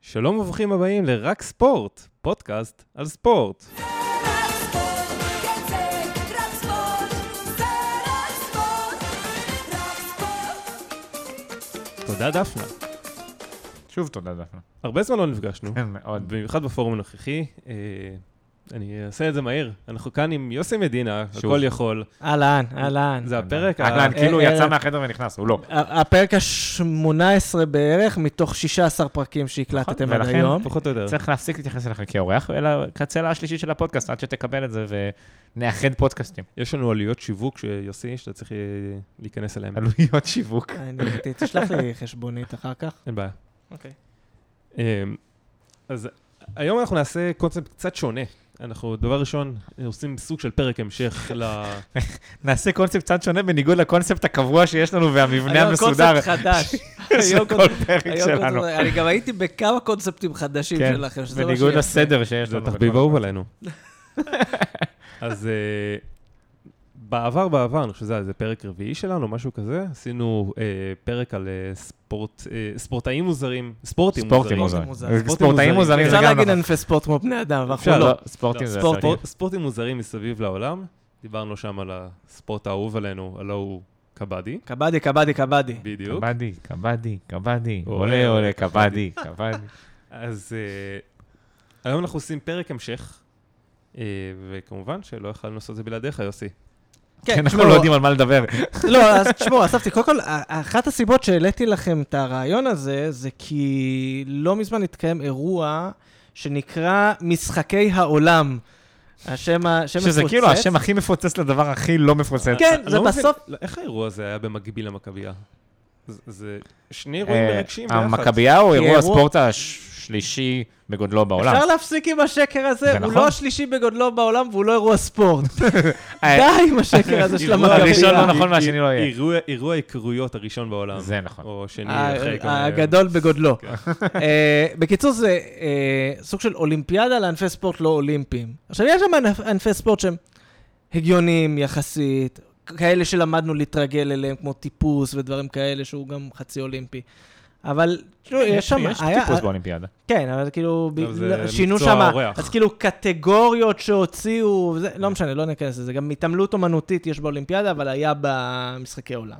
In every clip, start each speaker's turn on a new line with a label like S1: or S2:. S1: שלום וברוכים הבאים ל"רק ספורט", פודקאסט על ספורט. תודה, דפנה.
S2: שוב תודה דפנה.
S1: הרבה זמן לא נפגשנו,
S2: כן, מאוד.
S1: במיוחד בפורום הנוכחי. אה, אני אעשה את זה מהיר. אנחנו כאן עם יוסי מדינה,
S2: שוב.
S1: הכל יכול.
S3: אהלן, אהלן.
S1: זה הפרק ה-
S2: אהלן, כאילו
S3: אה,
S2: יצא
S3: אה,
S2: מהחדר ונכנס, הוא לא.
S3: ה- הפרק ה-18 בערך, מתוך 16 פרקים שהקלטתם עד
S2: נכון, ולכן-
S3: היום.
S1: נכון, פחות או יותר.
S2: צריך להפסיק להתייחס אליך כאורח, אלא כצלע השלישית של הפודקאסט, עד שתקבל את זה ונאחד פודקאסטים.
S1: יש לנו עלויות שיווק, יוסי, שאתה צריך אה, להיכנס אליהן.
S2: עלויות שיווק.
S3: אני- ת- תשלח לי חשבונית אחר כך.
S1: אין בעיה.
S3: אוקיי.
S1: אמ, אז היום אנחנו נעשה קונספט קצת שונה. אנחנו, דבר ראשון, עושים סוג של פרק המשך ל...
S2: נעשה קונספט קצת שונה בניגוד לקונספט הקבוע שיש לנו והמבנה המסודר
S3: קונספט חדש.
S2: של
S3: היום
S2: כל
S3: קונספט-
S2: פרק
S3: היום
S2: שלנו.
S3: קונספט- אני גם הייתי בכמה קונספטים חדשים
S2: כן,
S3: שלכם, שזה לא מה
S2: בניגוד
S3: שיפה.
S2: לסדר שיש
S1: זה
S2: לנו.
S1: תחביב אהוב עלינו. אז אה, בעבר, בעבר, אני חושב שזה היה איזה פרק רביעי שלנו, משהו כזה, עשינו אה, פרק על אה, ספורט, אה, ספורטאים מוזרים, ספורטים
S2: ספורטים
S1: מוזרים.
S2: מוזרים.
S3: מוזרים.
S2: ספורטאים מוזרים זה
S3: אפשר
S2: גם
S3: להגיד
S2: נכון.
S3: ענפי ספורט כמו בני אדם, אבל אנחנו
S1: אפשר,
S3: לא.
S2: לא, ספורטים זה...
S3: ספורט-
S2: ספורט.
S1: ספורט- ספורטים מוזרים מסביב לעולם, דיברנו שם על הספורט האהוב עלינו, הלא הוא קבדי,
S3: קבדי, קבדי, קבדי.
S1: בדיוק.
S2: קבדי, קבדי, קבדי,
S1: עולה,
S2: עולה,
S1: עולה,
S2: עולה, קבדי, קבדי.
S1: אז uh, היום אנחנו עושים פרק המשך, uh, וכמובן שלא יכולנו לעשות את זה בלעדיך, יוסי.
S2: כן, אנחנו
S3: תשמעו,
S2: לא יודעים על מה לדבר.
S3: לא, אז תשמעו, אספתי, קודם כל, ה- אחת הסיבות שהעליתי לכם את הרעיון הזה, זה כי לא מזמן התקיים אירוע שנקרא משחקי העולם. השם ה... שם
S2: שזה
S3: מפוצץ.
S2: כאילו השם הכי מפוצץ לדבר הכי לא מפוצץ.
S3: כן,
S1: אני
S3: זה
S1: לא מבין,
S3: בסוף...
S1: לא, איך האירוע הזה היה במקביל למכבייה? זה- זה שני אירועים
S2: אה,
S1: מרגשים ביחד.
S2: המכבייה הוא
S3: כי
S2: אירוע
S3: אירוע-
S2: הספורט השלישי בגודלו בעולם.
S3: אפשר להפסיק עם השקר הזה,
S2: זה
S3: הוא
S2: נכון.
S3: לא השלישי בגודלו בעולם והוא לא אירוע ספורט. די
S2: אה,
S3: עם השקר הזה של
S1: אירוע-
S2: הראשון לא
S3: המכבייה.
S2: נכון והשני לא יהיה.
S1: אירוע- אירוע ההיכרויות הראשון בעולם.
S2: זה נכון.
S1: או שני
S3: ה-
S1: אחרי כל מיני-
S3: הגדול בגודלו.
S1: כן.
S3: אה, בקיצור, זה אה, סוג של אולימפיאדה לענפי ספורט לא אולימפיים. עכשיו, יש שם ענפ- ענפי ספורט שהם הגיוניים יחסית, כאלה שלמדנו להתרגל אליהם, כמו טיפוס ודברים כאלה, שהוא גם חצי אולימפי. אבל, תראו,
S1: אה,
S3: יש שם...
S2: יש
S3: היה-
S2: טיפוס באולימפיאדה.
S3: כן, אבל כאילו, ב-
S1: אבל זה
S3: לא, שינו
S1: מקצוע
S3: שם,
S1: אורח. כן.
S3: אז כאילו קטגוריות שהוציאו, וזה- לא משנה, לא ניכנס לזה. גם התעמלות אומנותית יש באולימפיאדה, אבל היה במשחקי עולם.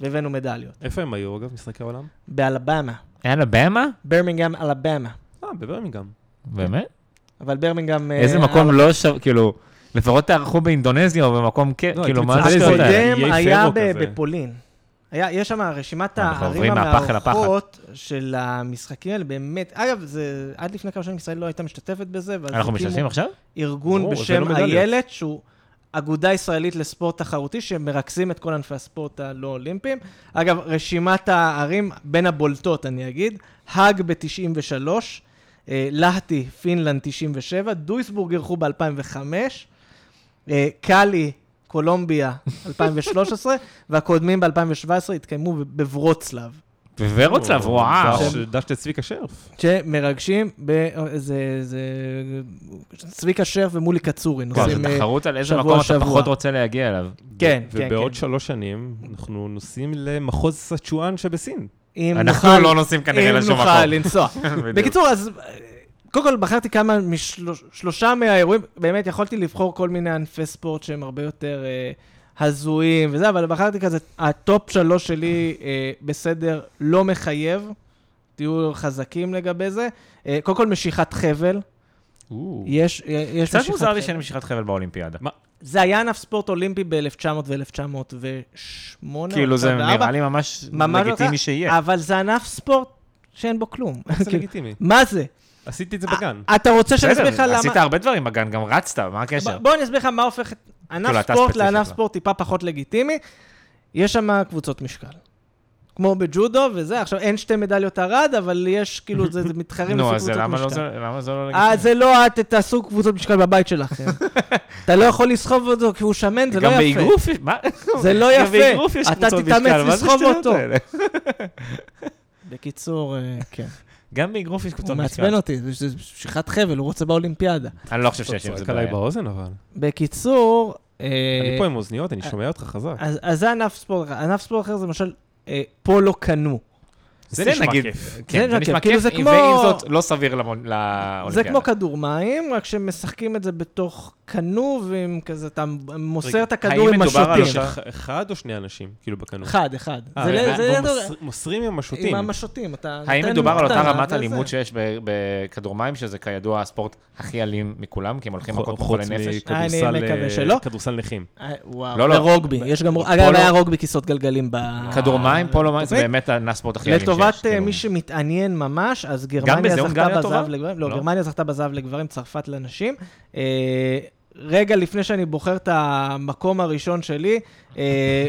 S3: והבאנו מדליות.
S1: איפה הם היו, אגב, משחקי העולם?
S3: באלבמה,
S2: אלבמה?
S3: ברמינגהם אלבמה.
S1: אה, בברמינגהם.
S2: באמת?
S3: אבל ברמינגהם... אה,
S2: איזה מקום לא שווה, כאילו, לפחות תערכו באינדונזיה או במקום, כן,
S1: לא,
S2: כאילו,
S1: הייתי
S2: מה
S1: מצפה
S2: זה
S1: לזה.
S2: זה?
S3: הקודם
S1: יהיה
S3: היה
S1: פרו
S3: ב-
S1: כזה.
S3: בפולין. היה, יש שם רשימת
S2: אנחנו
S3: הערים
S2: עוברים מהפח אל הפחד.
S3: המארחות של המשחקים האלה, באמת. אגב, זה, עד לפני כמה שנים ישראל לא הייתה משתתפת בזה, כאילו- ואז
S2: אנחנו משתתפים עכשיו?
S3: ארגון
S1: ברור, הבאנו
S2: לא
S3: בשם
S1: מדליות.
S3: איילת, שהוא אגודה ישראלית לספורט תחרותי, שמרכזים את כל ענפי הספורט הלא אולימפיים. אגב, רשימת הערים בין הבולטות, אני אגיד, האג ב-93, אה, להטי, פינלנד 97, דויסבורג אירחו ב-2005, אה, קאלי, קולומביה, 2013, והקודמים ב-2017 התקיימו ב- בוורוצלב.
S2: וורוצלב,
S1: או,
S2: וואו.
S1: דש-
S3: כן.
S1: דש לצביקה שרף.
S3: שמרגשים, ב... זה, זה... צביקה שרף ומולי קצורי,
S2: וואו,
S3: נוסעים...
S2: זו
S3: אה,
S2: כן, תחרות על איזה
S3: שבוע,
S2: מקום אתה
S3: שבוע.
S2: פחות רוצה להגיע אליו.
S3: כן,
S1: ו-
S3: כן, כן.
S1: ובעוד שלוש שנים אנחנו נוסעים למחוז סצ'ואן שבסין.
S3: אם
S2: אנחנו
S3: נוכל-
S2: לא נוסעים כנראה לשום
S3: אם נוכל
S2: מקום.
S3: לנסוע. בקיצור, אז אה, קודם כל בחרתי כמה משלושה מהאירועים, באמת יכולתי לבחור כל מיני ענפי ספורט שהם הרבה יותר אה, הזויים וזה, אבל בחרתי כזה, הטופ שלוש שלי אה, בסדר לא מחייב, תהיו חזקים לגבי זה. אה, קודם כל משיכת חבל, יש אה, יש
S2: קצת
S3: משיכת
S2: מוזר לי
S3: חבל.
S2: שאין משיכת חבל באולימפיאדה.
S3: זה היה ענף ספורט אולימפי ב-1900 ו-1908.
S2: כאילו, זה נראה לי ממש
S3: לא, ממש
S2: לגיטימי
S3: לא-
S2: שיהיה.
S3: אבל זה ענף ספורט שאין בו כלום.
S1: זה לגיטימי.
S3: מה זה?
S1: עשיתי את זה בגן.
S2: אה,
S3: אה, אתה רוצה שאני אסביר לך
S2: בסדר,
S3: למה...
S2: עשית הרבה דברים בגן, גם רצת, מה הקשר?
S3: ב- בוא אני אסביר לך מה הופך את
S2: כאילו,
S3: ענף
S2: אתה
S3: ספורט
S2: ספציפית,
S3: לענף
S2: לא.
S3: ספורט טיפה פחות לגיטימי. יש שם קבוצות משקל. כמו בג'ודו וזה, עכשיו אין שתי מדליות ערד, אבל יש כאילו, זה זה מתחרים
S2: נו,
S3: לפי
S2: אז זה
S3: קבוצות
S2: למה לא
S3: משקל.
S2: זה- למה זה לא
S3: אה,
S2: לגיטימי?
S3: זה לא, את תעשו קבוצות משקל בבית שלכם. אתה לא יכול לסחוב אותו כי הוא שמן, זה לא
S2: גם
S3: יפה.
S2: באגרוף, יש- מה?
S3: זה לא
S2: גם
S3: יפה.
S2: באגרוף יש
S3: אתה
S2: קבוצות
S3: תתאמץ
S2: משקל, מה זה
S3: לסחוב
S2: השטויות
S3: אותו.
S2: האלה?
S3: בקיצור, אה, כן.
S2: גם באגרוף יש קבוצות
S3: הוא
S2: משקל.
S3: מעצבן אותי, זה- זה משיכת חבל, הוא רוצה באולימפיאדה.
S2: אני לא חושב
S1: אתה
S2: שיש עם זה
S1: צועק עליי
S2: בעיה.
S1: באוזן אבל.
S3: בקיצור... אה,
S1: אני פה עם אוזניות, אני שומע אותך חזק.
S3: אז, אז זה ענף ספורט אחר. ענף ספורט אחר זה למשל אה, פולו אה, לא קנו.
S1: זה
S2: זה
S1: נשמע
S2: נגיד-
S1: כיף.
S2: כן, זה נשמע
S3: כאילו
S2: כיף,
S3: זה
S2: ועם
S3: כמו-
S2: זאת לא סביר למונ- לאולימפיאדה.
S3: זה כמו כדור מים, רק שמשחקים את זה בתוך כנוב, עם כזה, אתה מוסר
S1: רגע,
S3: את הכדור עם
S1: האם מדובר על
S3: משוטים.
S1: אח- אחד או שני אנשים, כאילו בקנות?
S3: אחד, אחד.
S1: אה,
S3: זה
S1: ו-
S3: לא- זה
S1: והוא
S3: לא-
S1: מוסר- מוסרים עם
S3: עם
S1: השוטים.
S3: המשוטים, אתה...
S2: האם
S3: נותן
S2: מדובר על אותה
S3: קטנה
S2: רמת
S3: וזה.
S2: אלימות שיש ב- בכדור מים, שזה כידוע הספורט הכי אלים מכולם, כי הם הולכים מכות
S1: חוץ
S2: בחולי נפש?
S1: מכדורסל
S3: אני מקווה
S1: אה,
S3: שלא.
S1: כדורסל נכים.
S3: אה, וואו,
S2: לא, לא.
S3: ורוגבי, יש גם...
S2: פולו-
S3: אגב, היה רוגבי כיסאות גלגלים ב...
S2: כדור מים, פולו מים, זה
S3: בתוכנית.
S2: באמת הספורט הכי אלים שיש.
S3: אה, לטובת אה,
S2: כאילו.
S3: מי שמתעניין ממש, אז גרמניה
S2: בזה
S3: זכתה
S2: הונגריה טובה?
S3: בזהב לגברים, לא,
S2: לא.
S3: גרמניה זכתה בזהב לגברים, צרפת לנשים. אה, רגע לפני שאני בוחר את המקום הראשון שלי, אה,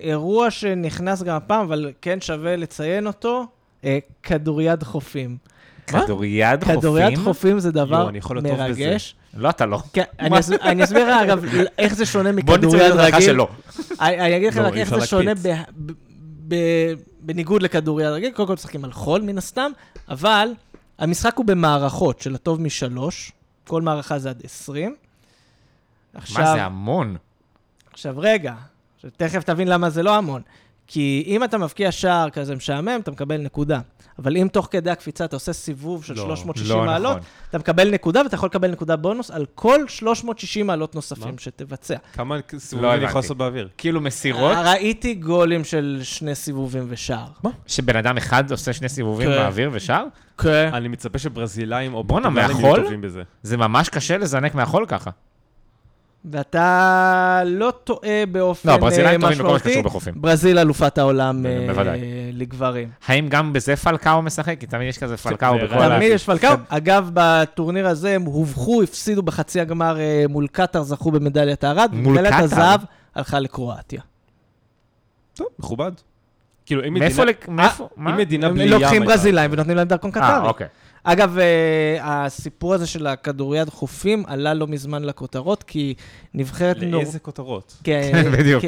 S3: אירוע שנכנס גם הפעם, אבל כן שווה לציין אותו, אה, כדוריד חופים.
S2: כדוריד חופים?
S3: כדוריד חופים זה
S1: יואו,
S3: דבר
S1: אני יכול להיות טוב
S3: מרגש.
S2: לא, אתה לא.
S3: כן, אני אסביר- אני אסביר, אגב, איך זה שונה
S2: בוא נצא
S3: מכדוריד
S2: לדרכה
S3: רגיל.
S2: שלא.
S3: אני אני אגיד לך
S1: לא,
S3: רק
S1: אי
S3: איך
S1: אפשר
S3: זה שונה
S1: להקפיץ.
S3: ב- ב- ב- בניגוד לכדוריד רגיל, קודם כל משחקים על חול מן הסתם, אבל המשחק הוא במערכות של הטוב משלוש, כל מערכה זה עד 20.
S2: מה זה
S3: עכשיו,
S2: המון?
S3: עכשיו רגע, עכשיו, תכף תבין למה זה לא המון. כי אם אתה מבקיע שער כזה משעמם, אתה מקבל נקודה. אבל אם תוך כדי הקפיצה אתה עושה סיבוב של
S1: לא,
S3: 360
S2: לא
S3: מעלות,
S2: נכון.
S3: אתה מקבל נקודה ואתה יכול לקבל נקודה בונוס על כל 360 מעלות נוספים
S1: מה?
S3: שתבצע.
S1: כמה
S2: לא
S1: סיבובים אני
S2: הבנתי.
S1: יכול לעשות באוויר?
S2: כאילו מסירות,
S3: אה, ראיתי גולים של שני סיבובים ושער.
S2: שבן אדם אחד עושה שני סיבובים
S3: כן.
S2: באוויר ושאר, אה.
S3: כן.
S1: אני מצפה שברזילאים או
S2: בואנה,
S1: פורטוגלים יהיו
S2: מהחול?
S1: טובים בזה.
S2: זה ממש קשה לזנק מהחול ככה.
S3: ואתה לא טועה באופן
S2: לא,
S3: אה,
S2: ברזילאים טובים בכל מה
S3: משמעותי.
S2: שקשור בחופים.
S3: ברזיל אלופת העולם אה,
S2: בוודאי.
S3: לגברים.
S2: האם גם בזה פלקאו משחק? כי תמיד יש כזה פלקאו
S1: זה
S2: בכל
S1: רע.
S2: ה...
S3: תמיד יש פלקאו.
S2: כן.
S3: אגב, בטורניר הזה הם הובכו, הפסידו בחצי הגמר אה, מול קטאר, זכו במדליית הארד.
S2: מול
S3: מדליית
S2: קטאר?
S3: הזהב הלכה לקרואטיה.
S1: טוב, מכובד. כאילו, אם מדינה...
S2: מאיפה לק... מאיפה? מה?
S1: אם מדינה
S3: הם
S1: בלי ים...
S3: לוקחים
S1: הייתה-
S3: ברזילאים ונותנים להם דרכון
S2: אה,
S3: קטארי.
S2: אוקיי.
S3: אגב, אה, הסיפור הזה של הכדוריד חופים עלה לא מזמן לכותרות, כי נבחרת נור...
S1: לאיזה כותרות?
S3: כן,
S2: בדיוק.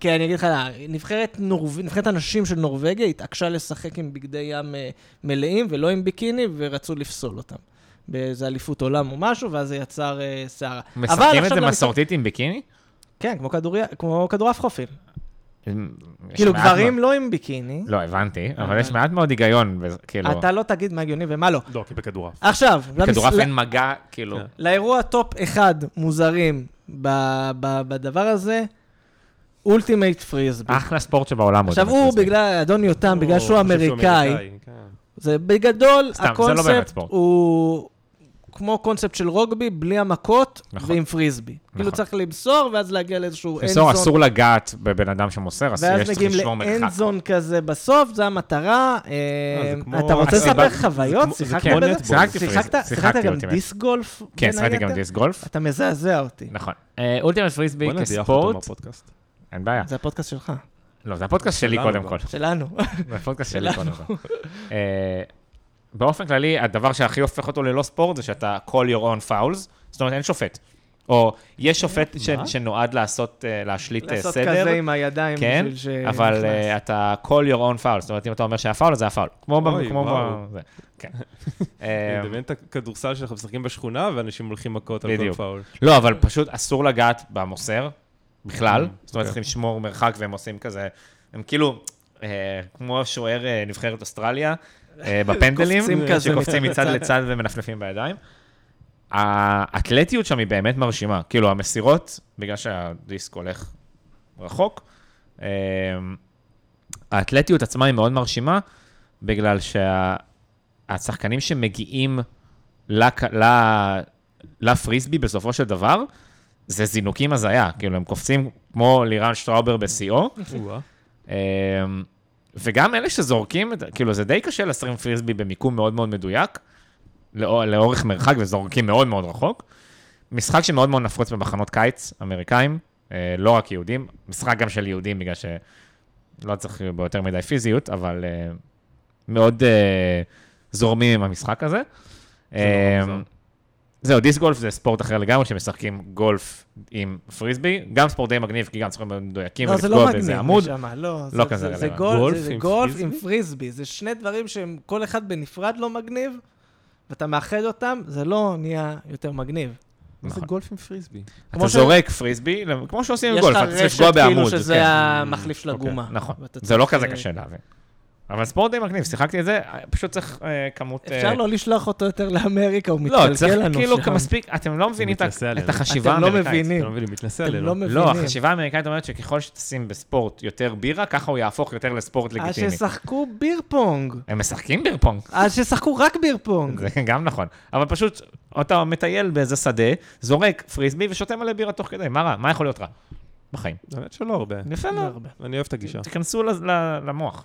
S3: כן, אני אגיד לך, נבחרת נורו- נבחרת הנשים של נורבגיה התעקשה לשחק עם בגדי ים אה, מלאים ולא עם ביקיני, ורצו לפסול אותם. באיזה אליפות עולם או משהו, ואז זה יצר אה, סערה. אבל
S2: משחקים את
S3: עכשיו
S2: זה
S3: למשחק-
S2: מסורתית עם ביקיני?
S3: כן, כמו כדורי- כמו כדורעף חופים.
S2: יש
S3: כאילו,
S2: מעט
S3: גברים
S2: מאוד-
S3: לא עם ביקיני,
S2: לא, הבנתי, אבל
S3: אבל-
S2: יש מעט מאוד היגיון, בזה, כאילו...
S3: אתה לא תגיד מה הגיוני ומה לא.
S1: לא, כי בכדורעף.
S3: עכשיו,
S2: כדורעף
S3: למס-
S2: אין מגע, כאילו...
S1: כן.
S3: לאירוע טופ אחד מוזרים ב- ב- בדבר הזה, אולטימייט פריזבי.
S2: אחלה ספורט שבעולם. עוד,
S3: עכשיו,
S2: אני
S3: הוא,
S2: מסכים.
S3: בגלל, אדון יותם, אה, בגלל לא, שהוא
S1: חושב
S3: אמריקאי,
S1: כן.
S3: זה בגדול,
S2: סתם, זה לא באמת
S3: הקונספט
S2: ספורט.
S3: הוא כמו קונספט של רוגבי, בלי המכות
S2: נכון.
S3: ועם פריסבי. כאילו צריך למסור, ואז להגיע לאיזשהו
S2: למסור
S3: אנזון,
S2: אסור לגעת בבן אדם שמוסר, אסור,
S3: ואז
S2: יש צריך
S3: מגיעים
S2: לשמור מרחק.
S3: לאנזון כזה בסוף, זו המטרה. אה,
S1: זה כמו-
S3: אתה רוצה
S1: הסיבה-
S3: לספר
S1: זה
S3: חוויות?
S1: כמו- זה
S3: שיחקת
S1: כמו
S3: בזה?
S1: נטבול.
S2: שיחקתי
S3: שיחקת
S2: פריז-
S3: שיחקת גם
S2: אולטימט.
S3: דיסק גולף?
S2: כן,
S3: בין
S2: שיחקתי גם
S3: היתר?
S2: דיסק גולף,
S3: אתה מזעזע אותי.
S2: נכון. אה, אולטימט פריסבי
S1: בוא נדיח אותו
S2: כספורט,
S1: מהפודקאסט.
S2: אין בעיה.
S3: זה הפודקאסט שלך,
S2: לא, זה הפודקאסט שלי
S1: שלנו
S2: קודם
S1: גם.
S2: כל.
S3: שלנו.
S2: זה הפודקאסט שלי
S3: שלנו.
S2: קודם כל. אה, באופן כללי, הדבר שהכי הופך אותו ללא ספורט זה שאתה call your own fouls, זאת אומרת אין שופט. או יש שופט ש-
S1: מה?
S2: שנועד לעשות, אה, להשליט אה,
S3: לעשות
S2: סדר.
S3: כזה עם הידיים
S2: כן,
S3: בשביל ש...
S2: אבל
S3: נכנס.
S2: אה, אתה call your own foul, זאת אומרת, אם אתה אומר שהיה פאול, אז היה פאול. כמו ב...
S1: אוי,
S2: כמו
S1: וואו.
S2: ב... זה, כן.
S1: אני
S3: אמ.
S2: אה,
S1: מדמיין את הכדורסל שאנחנו משחקים בשכונה, ואנשים הולכים מכות על כל
S2: בדיוק.
S1: פאול.
S2: לא, אבל פשוט אסור לגעת במוסר בכלל.
S1: Mm,
S2: זאת אומרת,
S1: כן.
S2: צריכים לשמור מרחק והם עושים כזה, הם כאילו, אה, כמו שוער אה, נבחרת אוסטרליה, אה, בפנדלים,
S3: קופצים כזה
S2: שקופצים
S3: מצד
S2: מצד לצד ומנפנפים בידיים. האתלטיות שם היא באמת מרשימה. כאילו, המסירות, בגלל שהדיסק הולך רחוק, אה, האתלטיות עצמה היא מאוד מרשימה, בגלל שהשחקנים שמגיעים לק- ל- לפריסבי בסופו של דבר, זה זינוקים הזיה, כאילו הם קופצים כמו לירן שטראובר בשיאו,
S1: או-אה.
S2: אמ, וגם אלה שזורקים, את- כאילו זה די קשה לשים פריסבי במיקום מאוד מאוד מדויק, לאור- לאורך מרחק וזורקים מאוד מאוד רחוק. משחק שמאוד מאוד נפוץ במחנות קיץ אמריקאים, אה, לא רק יהודים, משחק גם של יהודים בגלל שלא צריך ביותר מדי פיזיות, אבל אה, מאוד אה, זורמים עם המשחק הזה.
S3: לא
S1: זה נורא
S2: אמ,
S1: מוזר.
S2: זהו, דיסק גולף זה ספורט אחר לגמרי, שמשחקים גולף עם פריסבי, גם ספורט די מגניב, כי גם צריכים להיות מדויקים
S3: לא, זה לא
S2: ולפגוע
S3: מגניב,
S2: באיזה עמוד.
S3: נשמה, לא,
S2: לא
S3: זה-
S2: כזה
S3: זה- זה
S2: רלוונטי.
S3: גול-
S1: גולף
S3: זה- זה
S1: עם
S3: גולף
S1: פריסבי?
S3: עם פריסבי, זה שני דברים שהם כל אחד בנפרד לא מגניב, ואתה מאחד אותם, זה לא נהיה יותר מגניב.
S1: מה זה
S2: נכון.
S1: גולף עם פריסבי?
S2: אתה
S3: כמו ש-
S2: זורק פריסבי, למ- כמו שעושים עם גולף, אתה צריך
S3: יש לך
S2: לפגוע
S3: רשת כאילו
S2: בעמוד.
S3: שזה
S2: כן.
S3: המחליף של
S2: אוקיי,
S3: הגומה.
S2: נכון.
S3: ואתה
S2: זה לא
S3: צריך,
S2: כזה
S3: אה,
S2: קשה להבין. אבל ספורט די מגניב, שיחקתי את זה, פשוט צריך אה, כמות... אה,
S3: אפשר לא לשלוח אותו יותר לאמריקה, הוא
S2: לא,
S3: מתגלגל
S2: צריך
S3: לנו
S2: כאילו
S3: שם.
S2: מספיק, אתם לא מבינים את ה-
S1: מתנשא עלינו.
S2: את החשיבה
S3: אתם לא
S2: האמריקאית.
S3: מבינים.
S1: אתה לא מבין, מתנשא
S3: אתם לא
S1: עלינו.
S3: מבינים.
S2: לא, החשיבה האמריקאית אומרת שככל שתשים בספורט יותר בירה, ככה הוא יהפוך יותר לספורט
S3: אז
S2: לגיטימי.
S3: שישחקו ביר פונג.
S2: הם משחקים ביר פונג,
S3: אז שישחקו רק ביר פונג.
S2: זה גם נכון. אבל פשוט, אתה מטייל באיזה שדה, זורק פריסבי ושותה מלא בירה תוך כדי, מה רע? מה יכול להיות רע? בחיים.
S1: האמת שלא הרבה.
S2: יפה
S3: לא
S2: מאוד.
S3: הרבה.
S1: אני אוהב את הגישה.
S2: תיכנסו לז- ל- למוח.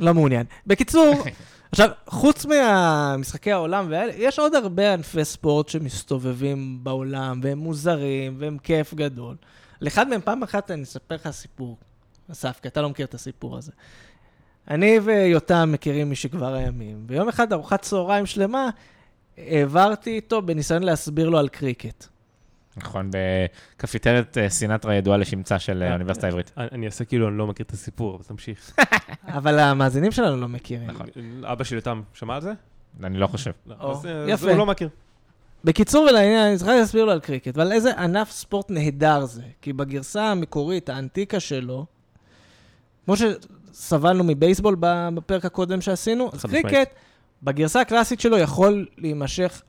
S3: לא מעוניין. בקיצור, עכשיו, חוץ מהמשחקי העולם והאלה, יש עוד הרבה ענפי ספורט שמסתובבים בעולם, והם מוזרים, והם כיף גדול. על אחד מהם, פעם אחת אני אספר לך סיפור, אסף, כי אתה לא מכיר את הסיפור הזה. אני ויותם מכירים משכבר הימים, ויום אחד ארוחת צהריים שלמה, העברתי איתו בניסיון להסביר לו על קריקט.
S2: נכון, בקפיטריית אה, סינטרה ידועה לשמצה של אה, האוניברסיטה העברית.
S1: אני- אני אעשה כאילו אני לא מכיר את הסיפור, אבל תמשיך.
S3: אבל המאזינים שלנו לא מכירים.
S2: נכון.
S1: אבא של יותם שמע על זה?
S2: אני לא חושב.
S1: לא,
S3: או,
S1: אז, אה,
S3: יפה.
S1: אז הוא לא מכיר.
S3: בקיצור ולעניין, אני צריך להסביר לו על קריקט, ועל איזה ענף ספורט נהדר זה. כי בגרסה המקורית, האנטיקה שלו, כמו שסבלנו מבייסבול ב- בפרק הקודם שעשינו, אז
S1: חד משמעית.
S3: קריקט, בגרסה הקלאסית שלו יכול להימשך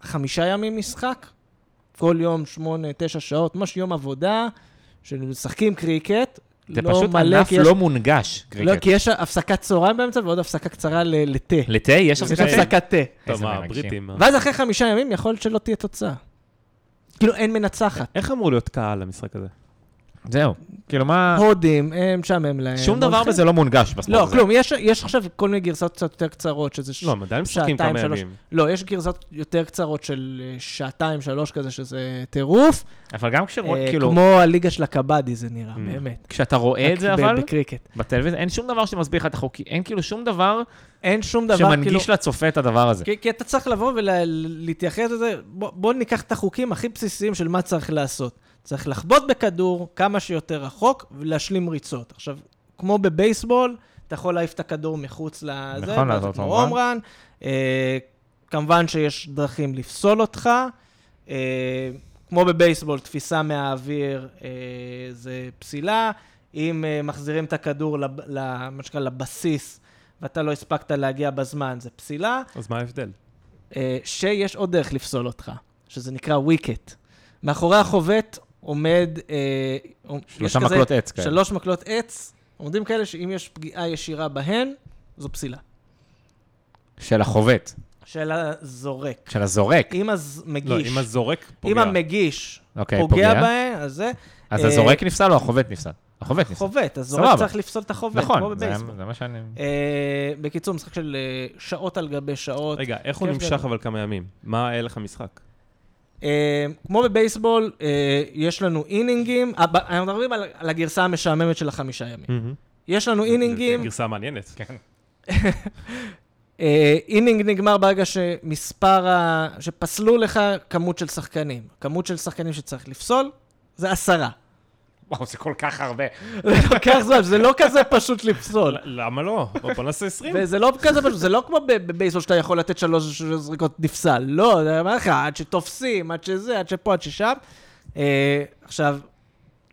S3: חמישה ימים משחק, כל יום שמונה, תשע שעות, ממש יום עבודה, שמשחקים קריקט.
S2: זה
S3: לא
S2: פשוט
S3: מלא,
S2: ענף
S3: כי יש-
S2: לא מונגש,
S3: לא,
S2: קריקט.
S3: כי יש הפסקת צהריים באמצע ועוד הפסקה קצרה ל- לתה.
S2: לתה יש
S3: יש
S2: הפסקת תה?
S3: הפסקת תה.
S1: טוב,
S2: איזה
S1: מה,
S2: מרגשים.
S1: הבריטים? אה?
S3: ואז אחרי חמישה ימים יכול להיות שלא תהיה תוצאה. כאילו אין מנצחת.
S1: איך אמור להיות קהל למשחק הזה?
S2: זהו. כאילו מה...
S3: הודים, אה, משעמם להם.
S2: שום דבר
S3: הולכים.
S2: בזה לא מונגש בספורט
S3: לא,
S2: הזה.
S3: כלום, יש- יש עכשיו כל מיני גרסאות קצת יותר קצרות, שזה... ש-
S1: לא, הם עדיין משחקים
S3: שעתיים,
S1: כמה
S3: שלוש.
S1: ימים.
S3: לא, יש גרסאות יותר קצרות של אה, שעתיים, שלוש כזה, שזה טירוף.
S2: אבל גם כשרואים,
S3: אה,
S2: כאילו,
S3: כמו הליגה של הקבאדי זה נראה,
S1: Mm.
S3: באמת.
S2: כשאתה רואה את זה
S3: רק ב-
S2: אבל,
S3: בקריקט.
S2: בטלוויזיה, אין שום דבר שמסביר לך את החוקי, אין כאילו שום דבר
S3: אין שום דבר, כאילו...
S2: שמנגיש לצופה את הדבר הזה.
S3: כי, כי אתה צריך לבוא ולהתייחס לזה, בוא, בוא ניקח את החוקים הכי בסיסיים של מה צריך לעשות. צריך לחבוט בכדור כמה שיותר רחוק ולהשלים ריצות. עכשיו, כמו בבייסבול, אתה יכול להעיף את הכדור מחוץ לזה,
S2: נכון,
S3: ואז
S2: לעשות
S3: כמו
S2: הומרן.
S3: הומרן. אה, כמובן שיש דרכים לפסול אותך. אה, כמו בבייסבול, תפיסה מהאוויר אה, זה פסילה. אם אה, מחזירים את הכדור, לב- ל- מה שנקרא, לבסיס, ואתה לא הספקת להגיע בזמן, זה פסילה.
S1: אז מה ההבדל?
S3: אה, שיש עוד דרך לפסול אותך, שזה נקרא וויקט. מאחורי החובט עומד... אה, יש
S2: שלושה
S3: כזה
S2: מקלות עץ כאלה.
S3: שלוש מקלות עץ, עומדים כאלה שאם יש פגיעה ישירה בהן, זו פסילה. כן.
S2: של החובט,
S3: של הזורק.
S2: של הזורק.
S3: אם הז-
S1: לא,
S3: מגיש,
S1: אם הזורק
S3: אם
S1: פוגע.
S3: המגיש
S2: אוקיי,
S3: פוגע בהן, אז זה
S2: אז
S3: אה,
S2: הזורק נפסל או החובט נפסל? החובט נפסל.
S3: חובט,
S2: סבבה.
S3: הזורק צריך לפסול את החובט, כמו
S2: נכון, זה-
S3: בבייסבול.
S2: זה מה שאני...
S3: אה, בקיצור, משחק של אה, שעות על גבי שעות.
S1: רגע, איך הוא
S3: כיף
S1: נמשך
S3: גדול.
S1: אבל כמה ימים? מה היה לך משחק?
S3: אה, כמו בבייסבול, אה, יש לנו אינינגים, אה, ב- אנחנו מדברים על, על הגרסה המשעממת של החמישה ימים. יש לנו אינינגים,
S1: גרסה מעניינת.
S2: כן.
S3: אה, אינינג נגמר ברגע שמספר, ה... שפסלו לך כמות של שחקנים. כמות של שחקנים שצריך לפסול, זה עשרה.
S2: וואו, זה כל כך הרבה.
S3: זה לוקח זמן, זה לא כזה פשוט לפסול.
S1: ל- למה לא? בוא בוא נעשה 20.
S3: וזה לא כזה פשוט, זה לא כמו ב- בבייסבול שאתה יכול לתת שלוש זריקות נפסל. לא, אני אומר לך, עד שתופסים, עד שזה, עד שפה, עד ששם. אה, עכשיו,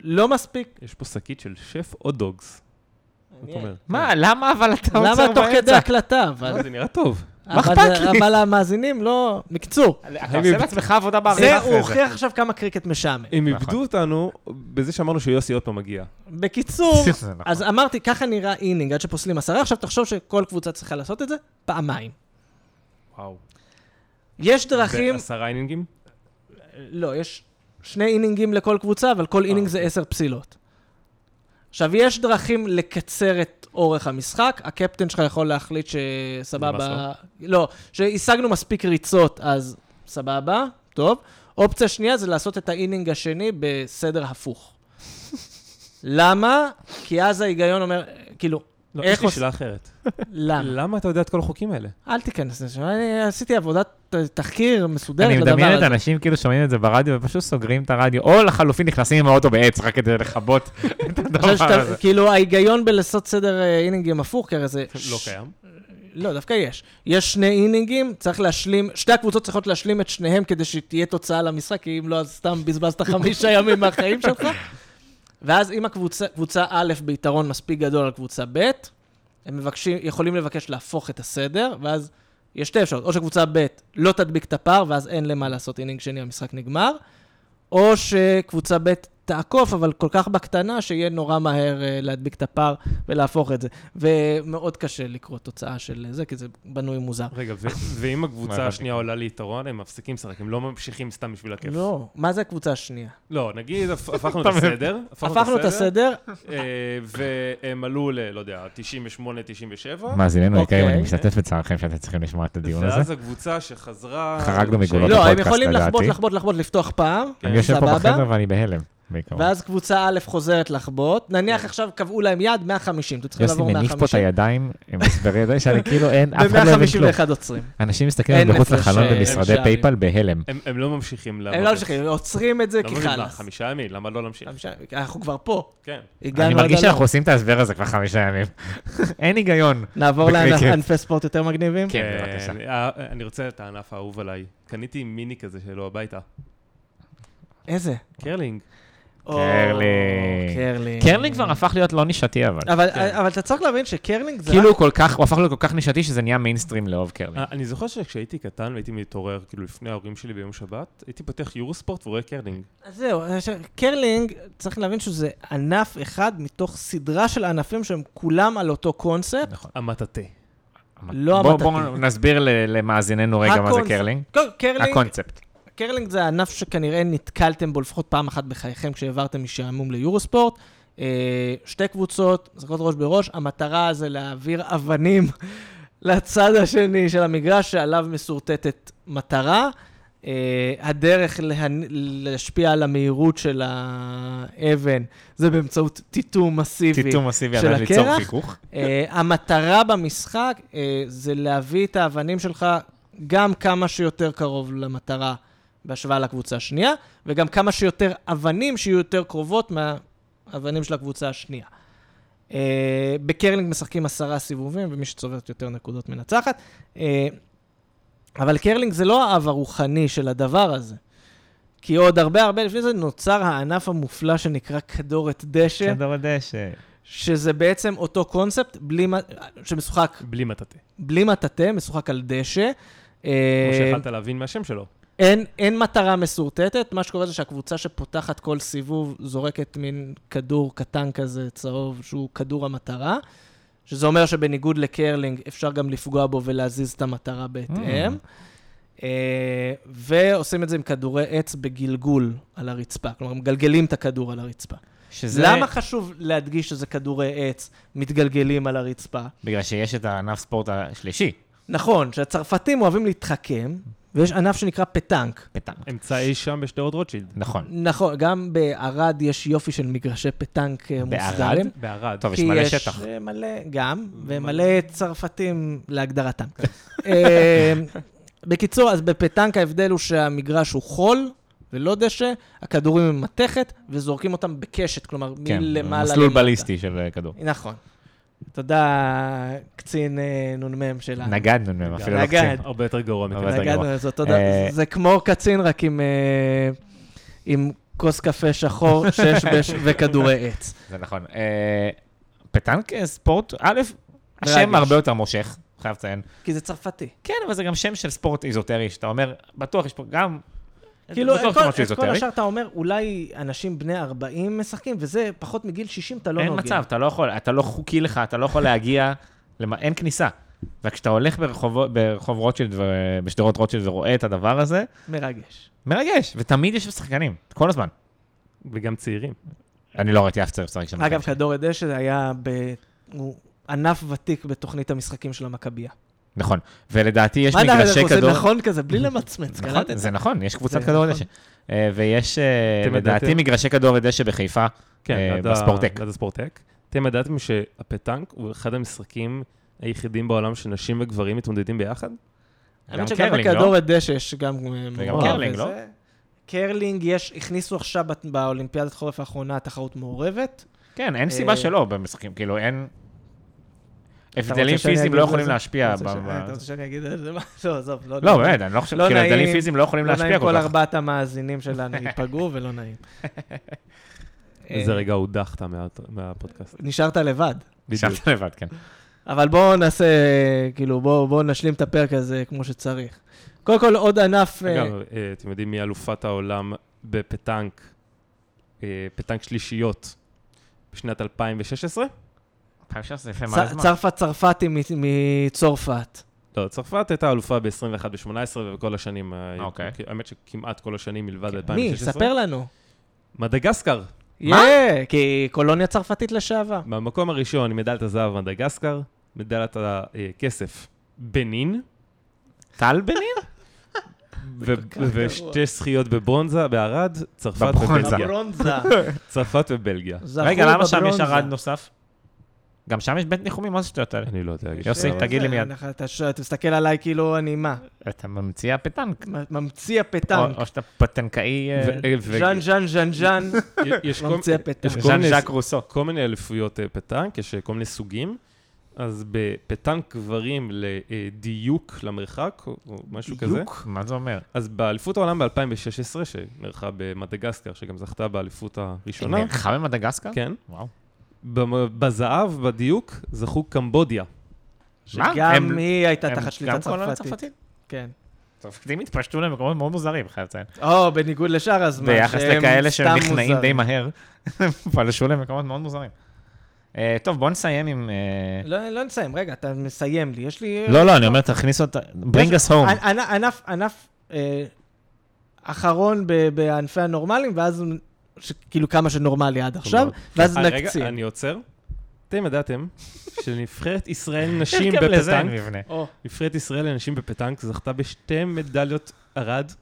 S3: לא מספיק
S1: יש פה שקית של שף או דוגס. זאת אומרת.
S2: מה, למה אבל אתה עוצר באמצע?
S3: למה תוך כדי הקלטה, אבל...
S1: כן. זה נראה טוב.
S2: מה
S3: אבל-
S2: אכפת לי?
S3: אבל המאזינים לא... בקיצור,
S2: אתה עושה לעצמך עבודה בעריכה
S3: זה
S2: אחרי זה. כן.
S3: הוא הוכיח עכשיו כמה קריקט משעמם.
S1: הם איבדו אותנו בזה שאמרנו שיוסי עוד פעם מגיע.
S3: בקיצור,
S2: זה נכון.
S3: אז אמרתי, ככה נראה אינינג, עד שפוסלים עשרה, עכשיו תחשוב שכל קבוצה צריכה לעשות את זה פעמיים.
S1: וואו.
S3: יש דרכים,
S1: עשרה אינינגים?
S3: לא, יש שני אינינגים לכל קבוצה, אבל כל אינינג
S2: אה, אוקיי.
S3: זה עשר פסילות. עכשיו, יש דרכים לקצר את אורך המשחק, הקפטן שלך יכול להחליט שסבבה,
S1: נמאס
S3: לא, שהשגנו מספיק ריצות, אז סבבה, טוב. אופציה שנייה זה לעשות את האינינג השני בסדר הפוך. למה? כי אז ההיגיון אומר, כאילו,
S1: לא,
S3: איך
S1: יש לי
S3: עוש- אה.
S1: שאלה אחרת.
S3: למה?
S1: למה אתה יודע את כל החוקים האלה?
S3: אל תיכנס לשם, אני עשיתי עבודת ת- תחקיר מסודרת
S2: אני
S3: לדבר הזה.
S2: מדמיין את האנשים כאילו שומעים את זה ברדיו ופשוט סוגרים את הרדיו, או לחלופין נכנסים עם האוטו בעץ רק כדי לכבות את הדבר
S3: אני חושב שאתה-
S2: הזה.
S3: כאילו, ההיגיון בלעשות סדר אה, אינינגים הפוך, כי הרי זה...
S1: לא קיים.
S3: לא, דווקא יש. יש שני אינינגים, צריך להשלים, שתי הקבוצות צריכות להשלים את שניהם כדי שתהיה תוצאה למשחק, כי אם לא, אז סתם בזבזת חמישה ימים מהחיים שלך. ואז אם הקבוצה קבוצה א' ביתרון מספיק גדול על קבוצה ב', הם מבקשים, יכולים לבקש להפוך את הסדר, ואז יש שתי אפשרויות, או שקבוצה ב' לא תדביק את הפער, ואז אין למה לעשות אינינג שני, המשחק נגמר, או שקבוצה ב' תעקוף, אבל כל כך בקטנה, שיהיה נורא מהר אה, להדביק את הפער ולהפוך את זה. ומאוד קשה לקרוא תוצאה של זה, כי זה בנוי מוזר.
S1: רגע, ו- ואם הקבוצה
S2: הבנתי.
S1: השנייה עולה ליתרון, הם מפסיקים לשחק, הם לא ממשיכים סתם בשביל הכיף.
S3: לא, מה זה הקבוצה השנייה?
S1: לא, נגיד, הפ- הפכנו את הסדר.
S3: הפכנו את הסדר,
S1: אה, והם עלו ל, לא יודע, 98, 97.
S2: מאזיננו
S3: אוקיי.
S2: היקרים, אני משתתף בצערכם שאתם צריכים לשמוע את הדיון
S1: ואז
S2: הזה.
S1: הקבוצה שחזרה...
S2: חרגנו
S1: ש-
S2: מגבולות.
S1: לא,
S3: לא, הם
S2: הפודקאסט,
S3: יכולים לחבוט,
S2: לדעתי.
S3: לחבוט, לחבוט, לפתוח פעם,
S1: כן.
S2: אני יושב פה
S3: סבבה.
S2: בחדר ואני בהלם, בעיקרון.
S3: ואז קבוצה א' חוזרת לחבוט, נניח
S1: כן.
S3: עכשיו קבעו להם יעד 150, אתם צריכים
S2: יוסי
S3: לעבור 150.
S2: מניף פה את הידיים, עם הסברי ידיים, שאני כאילו אין, אף אחד לא הבין כלום.
S3: ב-151 עוצרים.
S2: אנשים מסתכלים
S3: אין
S2: מחוץ
S3: הפרש,
S2: לחלון
S3: אה,
S2: במשרדי
S3: שערים.
S2: פייפל בהלם.
S1: הם- הם לא ממשיכים לעבוד.
S3: הם לא ממשיכים, עוצרים את זה
S1: לא
S3: כי
S1: מבינים, מה,
S3: חלאס.
S1: חמישה ימים, למה לא להמשיך?
S3: חמישה- אנחנו כבר פה,
S1: כן.
S3: הגענו
S2: אני
S3: עד
S2: מרגיש
S3: הלום.
S2: שאנחנו עושים את ההסבר הזה כבר חמישה ימים. אין היגיון.
S3: נעבור
S2: בקריקט.
S3: לענפי ספורט יותר מגניבים?
S2: כן, בבקשה.
S1: אה, אני רוצה את הענף האהוב עליי. קניתי מיני כזה שלו הביתה.
S3: איזה?
S1: קרלינג.
S3: או,
S2: קרלינג.
S3: קרלינג.
S2: קרלינג כבר הפך להיות לא נישתי אבל.
S3: אבל-
S1: כן.
S3: אבל אתה צריך להבין שקרלינג זה...
S2: כאילו הוא כל כך, הוא הפך להיות כל כך נישתי שזה נהיה מיינסטרים לאהוב קרלינג.
S1: אה, אני זוכר שכשהייתי קטן והייתי מתעורר, כאילו לפני ההורים שלי ביום שבת, הייתי פותח יורוספורט ורואה קרלינג.
S3: רק- זהו, עכשיו, קרלינג, צריך להבין שזה ענף אחד מתוך סדרה של ענפים שהם כולם על אותו קונספט.
S2: נכון.
S1: המטאטה.
S3: לא
S2: בוא-
S3: המטאטה.
S2: בואו נסביר ל- למאזיננו רגע מה זה
S3: הקונספט.
S2: קרלינג.
S3: קודם, קרלינג
S2: הקונספט.
S3: קרלינג זה הענף שכנראה נתקלתם בו לפחות פעם אחת בחייכם כשהעברתם משעמום ליורוספורט. אה, שתי קבוצות, משחקות ראש בראש, המטרה זה להעביר אבנים לצד השני של המגרש שעליו משורטטת מטרה. אה, הדרך לה... להשפיע על המהירות של האבן זה באמצעות טיטום מסיבי.
S2: טיטום מסיבי על
S3: של
S2: מנת ליצור
S3: הקרח?
S2: חיכוך.
S3: אה, המטרה במשחק אה, זה להביא את האבנים שלך גם כמה שיותר קרוב למטרה בהשוואה לקבוצה השנייה, וגם כמה שיותר אבנים שיהיו יותר קרובות מהאבנים של הקבוצה השנייה. אה, בקרלינג משחקים עשרה סיבובים, ומי שצוברת יותר נקודות מנצחת. אה, אבל קרלינג זה לא האב הרוחני של הדבר הזה. כי עוד הרבה הרבה לפני זה נוצר הענף המופלא שנקרא כדורת דשא.
S2: כדור הדשא.
S3: שזה בעצם אותו קונספט, בלי, מ- שמשוחק
S1: בלי מטאטה.
S3: בלי מטאטה, משוחק על דשא.
S1: כמו
S3: אה,
S1: שיכלת להבין מהשם שלו.
S3: אין, אין מטרה משורטטת, מה שקורה זה שהקבוצה שפותחת כל סיבוב זורקת מין כדור קטן כזה, צהוב, שהוא כדור המטרה, שזה אומר שבניגוד לקרלינג אפשר גם לפגוע בו ולהזיז את המטרה בהתאם. אה, ועושים את זה עם כדורי עץ בגלגול על הרצפה, כלומר, מגלגלים את הכדור על הרצפה.
S2: שזה...
S3: זה... למה חשוב להדגיש שזה כדורי עץ מתגלגלים על הרצפה?
S2: בגלל שיש את הענף ספורט השלישי.
S3: נכון, שהצרפתים אוהבים להתחכם, ויש ענף שנקרא פטנק.
S2: פטנק.
S1: אמצע אי שם בשדרות רוטשילד.
S2: נכון.
S3: נכון, גם בערד יש יופי של מגרשי פטנק אה,
S2: בערד?
S3: מוסדרים.
S1: בערד.
S2: טוב, יש
S3: כי
S2: מלא שטח.
S3: אה, מלא, גם, ומלא צרפתים להגדרתם.
S2: כן.
S3: אה, בקיצור, אז בפטנק ההבדל הוא שהמגרש הוא חול ולא דשא, הכדורים הם מתכת, וזורקים אותם בקשת, כלומר,
S2: כן,
S3: מלמעלה למטה.
S2: מסלול בליסטי של אה, כדור.
S3: נכון. תודה, קצין אה, נ"מ שלנו.
S2: נגדנו, הם אפילו לא
S3: נגד.
S2: קצין.
S1: כן, הרבה יותר גרוע מכאן.
S2: אבל- זה
S3: נגענו
S2: גרוע.
S3: לזה, תודה.
S2: אה,
S3: זה כמו קצין, רק עם, אה, עם כוס קפה שחור, שש בש וכדורי עץ.
S2: זה נכון. אה, פטנק אה, ספורט, א',
S3: מרגש.
S2: השם הרבה יותר מושך, חייב לציין.
S3: כי זה צרפתי.
S2: כן, אבל זה גם שם של ספורט איזוטרי, שאתה אומר, בטוח יש פה גם...
S3: כאילו,
S2: בטוח
S3: את כל,
S2: זה לא משהו
S3: את כל
S2: אזוטרי.
S3: השאר אתה אומר, אולי אנשים בני 40 משחקים, וזה פחות מגיל 60, אתה לא
S2: אין
S3: נוגע.
S2: מצב, אתה לא יכול, אתה לא חוקי לך, אתה לא יכול להגיע, למ- אין כניסה. וכשאתה הולך ברחובו- ברחוב רוטשילד, ו- בשדרות רוטשילד ורואה את הדבר הזה,
S3: מרגש.
S2: מרגש, ותמיד יש שחקנים, כל הזמן.
S1: וגם צעירים.
S2: אני לא ראיתי אף צעיר שחק שם.
S3: אגב, כדורי דשא היה ב... הוא ענף ותיק בתוכנית המשחקים של המכבייה.
S2: נכון, ולדעתי יש
S3: מה דעת, אתה
S2: מגרשי
S3: עושה
S2: כדור...
S3: נכון כזה, בלי למצמץ,
S2: נכון,
S3: קלטת?
S2: זה נכון, יש קבוצת
S3: זה
S2: כדורגל
S3: נכון.
S2: דשא. אה, ויש, אה,
S1: אתם
S2: לדעתי,
S1: ידעתם?
S2: מגרשי כדורגל דשא בחיפה, אה,
S1: כן, עד ה-
S2: בספורטק.
S1: עד הספורטק. אתם ידעתם שהפטנק הוא אחד המשחקים היחידים בעולם שנשים וגברים מתמודדים ביחד?
S2: גם
S3: האמת שגם
S2: קרלינג, לא?
S3: בכדורת דשא יש גם... אה,
S2: וגם
S3: מעורב
S2: קרלינג,
S3: וזה.
S2: לא?
S3: קרלינג יש, הכניסו עכשיו בט- באולימפיאדת חורף האחרונה תחרות מעורבת.
S2: כן, אין
S3: אה,
S2: סיבה שלא במשחקים, כאילו, אין...
S3: אתה
S2: הבדלים
S3: רוצה שאני
S2: פיזיים
S3: אגיד
S2: לא
S3: על
S2: יכולים
S3: זה?
S2: להשפיע.
S3: אתה
S2: ב-
S3: רוצה ש- אה,
S2: ב-
S3: אתה רוצה שאני אגיד על זה? מה? לא, עזוב, לא
S2: לא, באמת, אני לא חושב,
S3: לא
S2: כאילו, הבדלים
S3: נעים-
S2: פיזיים לא יכולים
S3: לא
S2: להשפיע
S3: נעים כל
S2: כל כך.
S3: ארבעת המאזינים שלנו ייפגעו ולא נעים. אה.
S1: איזה רגע הודחת מה- מהפודקאסט.
S3: נשארת לבד.
S1: בדיוק.
S2: שאלת לבד, כן.
S3: אבל בואו נעשה, כאילו, בואו בוא נשלים את הפרק הזה כמו שצריך. קודם כל, עוד ענף... אה,
S1: אגב, אה, אתם יודעים מי אלופת העולם בפטנק, אה, פטנק שלישיות בשנת 2016?
S2: 2016 לפני מלא
S3: צ-
S2: זמן.
S3: צרפת צרפתי מ- מצרפת.
S1: לא, צרפת הייתה אלופה ב-21 ב-18 ובכל השנים, ה-
S2: אוקיי.
S1: האמת שכמעט כל השנים מלבד
S3: מי?
S1: 2016.
S3: ספר לנו.
S1: מדגסקר,
S2: מה?
S3: יא, כי קולוניה צרפתית לשעבר.
S1: במקום הראשון, מדליית הזהב מדגסקר, מדליית הכסף בנין,
S2: טל בנין?
S1: ו- ושתי זכיות בברונזה בערד, צרפת
S2: בברונזה.
S1: ובלגיה.
S3: הברונזה.
S1: צרפת ובלגיה.
S3: זכו
S2: רגע, למה שם יש
S3: בברונזה.
S2: ערד נוסף? גם שם יש בית ניחומים, מה זה שטויות האלה?
S1: אני לא יודע להגיד.
S2: יוסי,
S1: אבל-
S2: תגיד. לי
S3: זה,
S2: מיד.
S3: אנחנו- אתה ש- אתה מסתכל עליי כאילו אני מה?
S2: אתה ממציא הפטנק.
S3: מ- ממציא
S2: או
S3: הפטנק.
S2: או שאתה פטנקאי... אה,
S1: ו- ו-
S3: ז'אן, ז'אן, ז'אן, ז'אן.
S1: יש כל-
S3: ממציא הפטנק.
S1: יש כל
S2: ז'אן
S1: מיני-
S2: ז'אק רוסו.
S1: כל מיני אליפויות אה, פטנק, יש אה, כל מיני סוגים. אז בפטנק גברים לדיוק למרחק, או או משהו כזה.
S2: דיוק? מה זה אומר?
S1: אז באליפות העולם ב-2016, שנערכה במדגסקר, שגם זכתה באליפות הראשונה,
S2: היא נערכה במדגסקר?
S1: כן.
S2: וואו.
S1: במ- בזהב, בדיוק, זכו קמבודיה.
S2: מה?
S3: שגם
S2: הם-
S3: היא הייתה
S2: הם
S3: תחת שליטה
S2: גם קולוניה
S3: צרפתית. כן.
S2: צרפתים התפשטו למקומות מאוד מוזרים, חייב לציין.
S3: או, בניגוד לשאר הזמן,
S2: ביחס לכאלה שהם
S3: סתם
S2: נכנעים די
S3: מוזרים.
S2: מהר, הם פלשו למקומות מאוד מוזרים. אה, טוב, בוא נסיים עם... אה,
S3: לא, לא נסיים, רגע, אתה מסיים לי. יש לי...
S2: לא, לא, אני אומר, תכניס אותה, bring us home.
S3: ענ- ענ- ענף, ענף אה, אחרון ב- בענפי הנורמליים, ואז ש- כאילו כמה שנורמלי עד עכשיו,
S1: מאוד.
S3: ואז
S1: אה,
S3: נקצין.
S1: רגע, אני עוצר. אתם ידעתם שנבחרת ישראל
S2: יש
S1: לנשים
S2: גם לזה אין
S1: בפטנק,
S2: מבנה.
S3: או,
S1: נבחרת ישראל לנשים בפטנק זכתה בשתי מדליות ערד.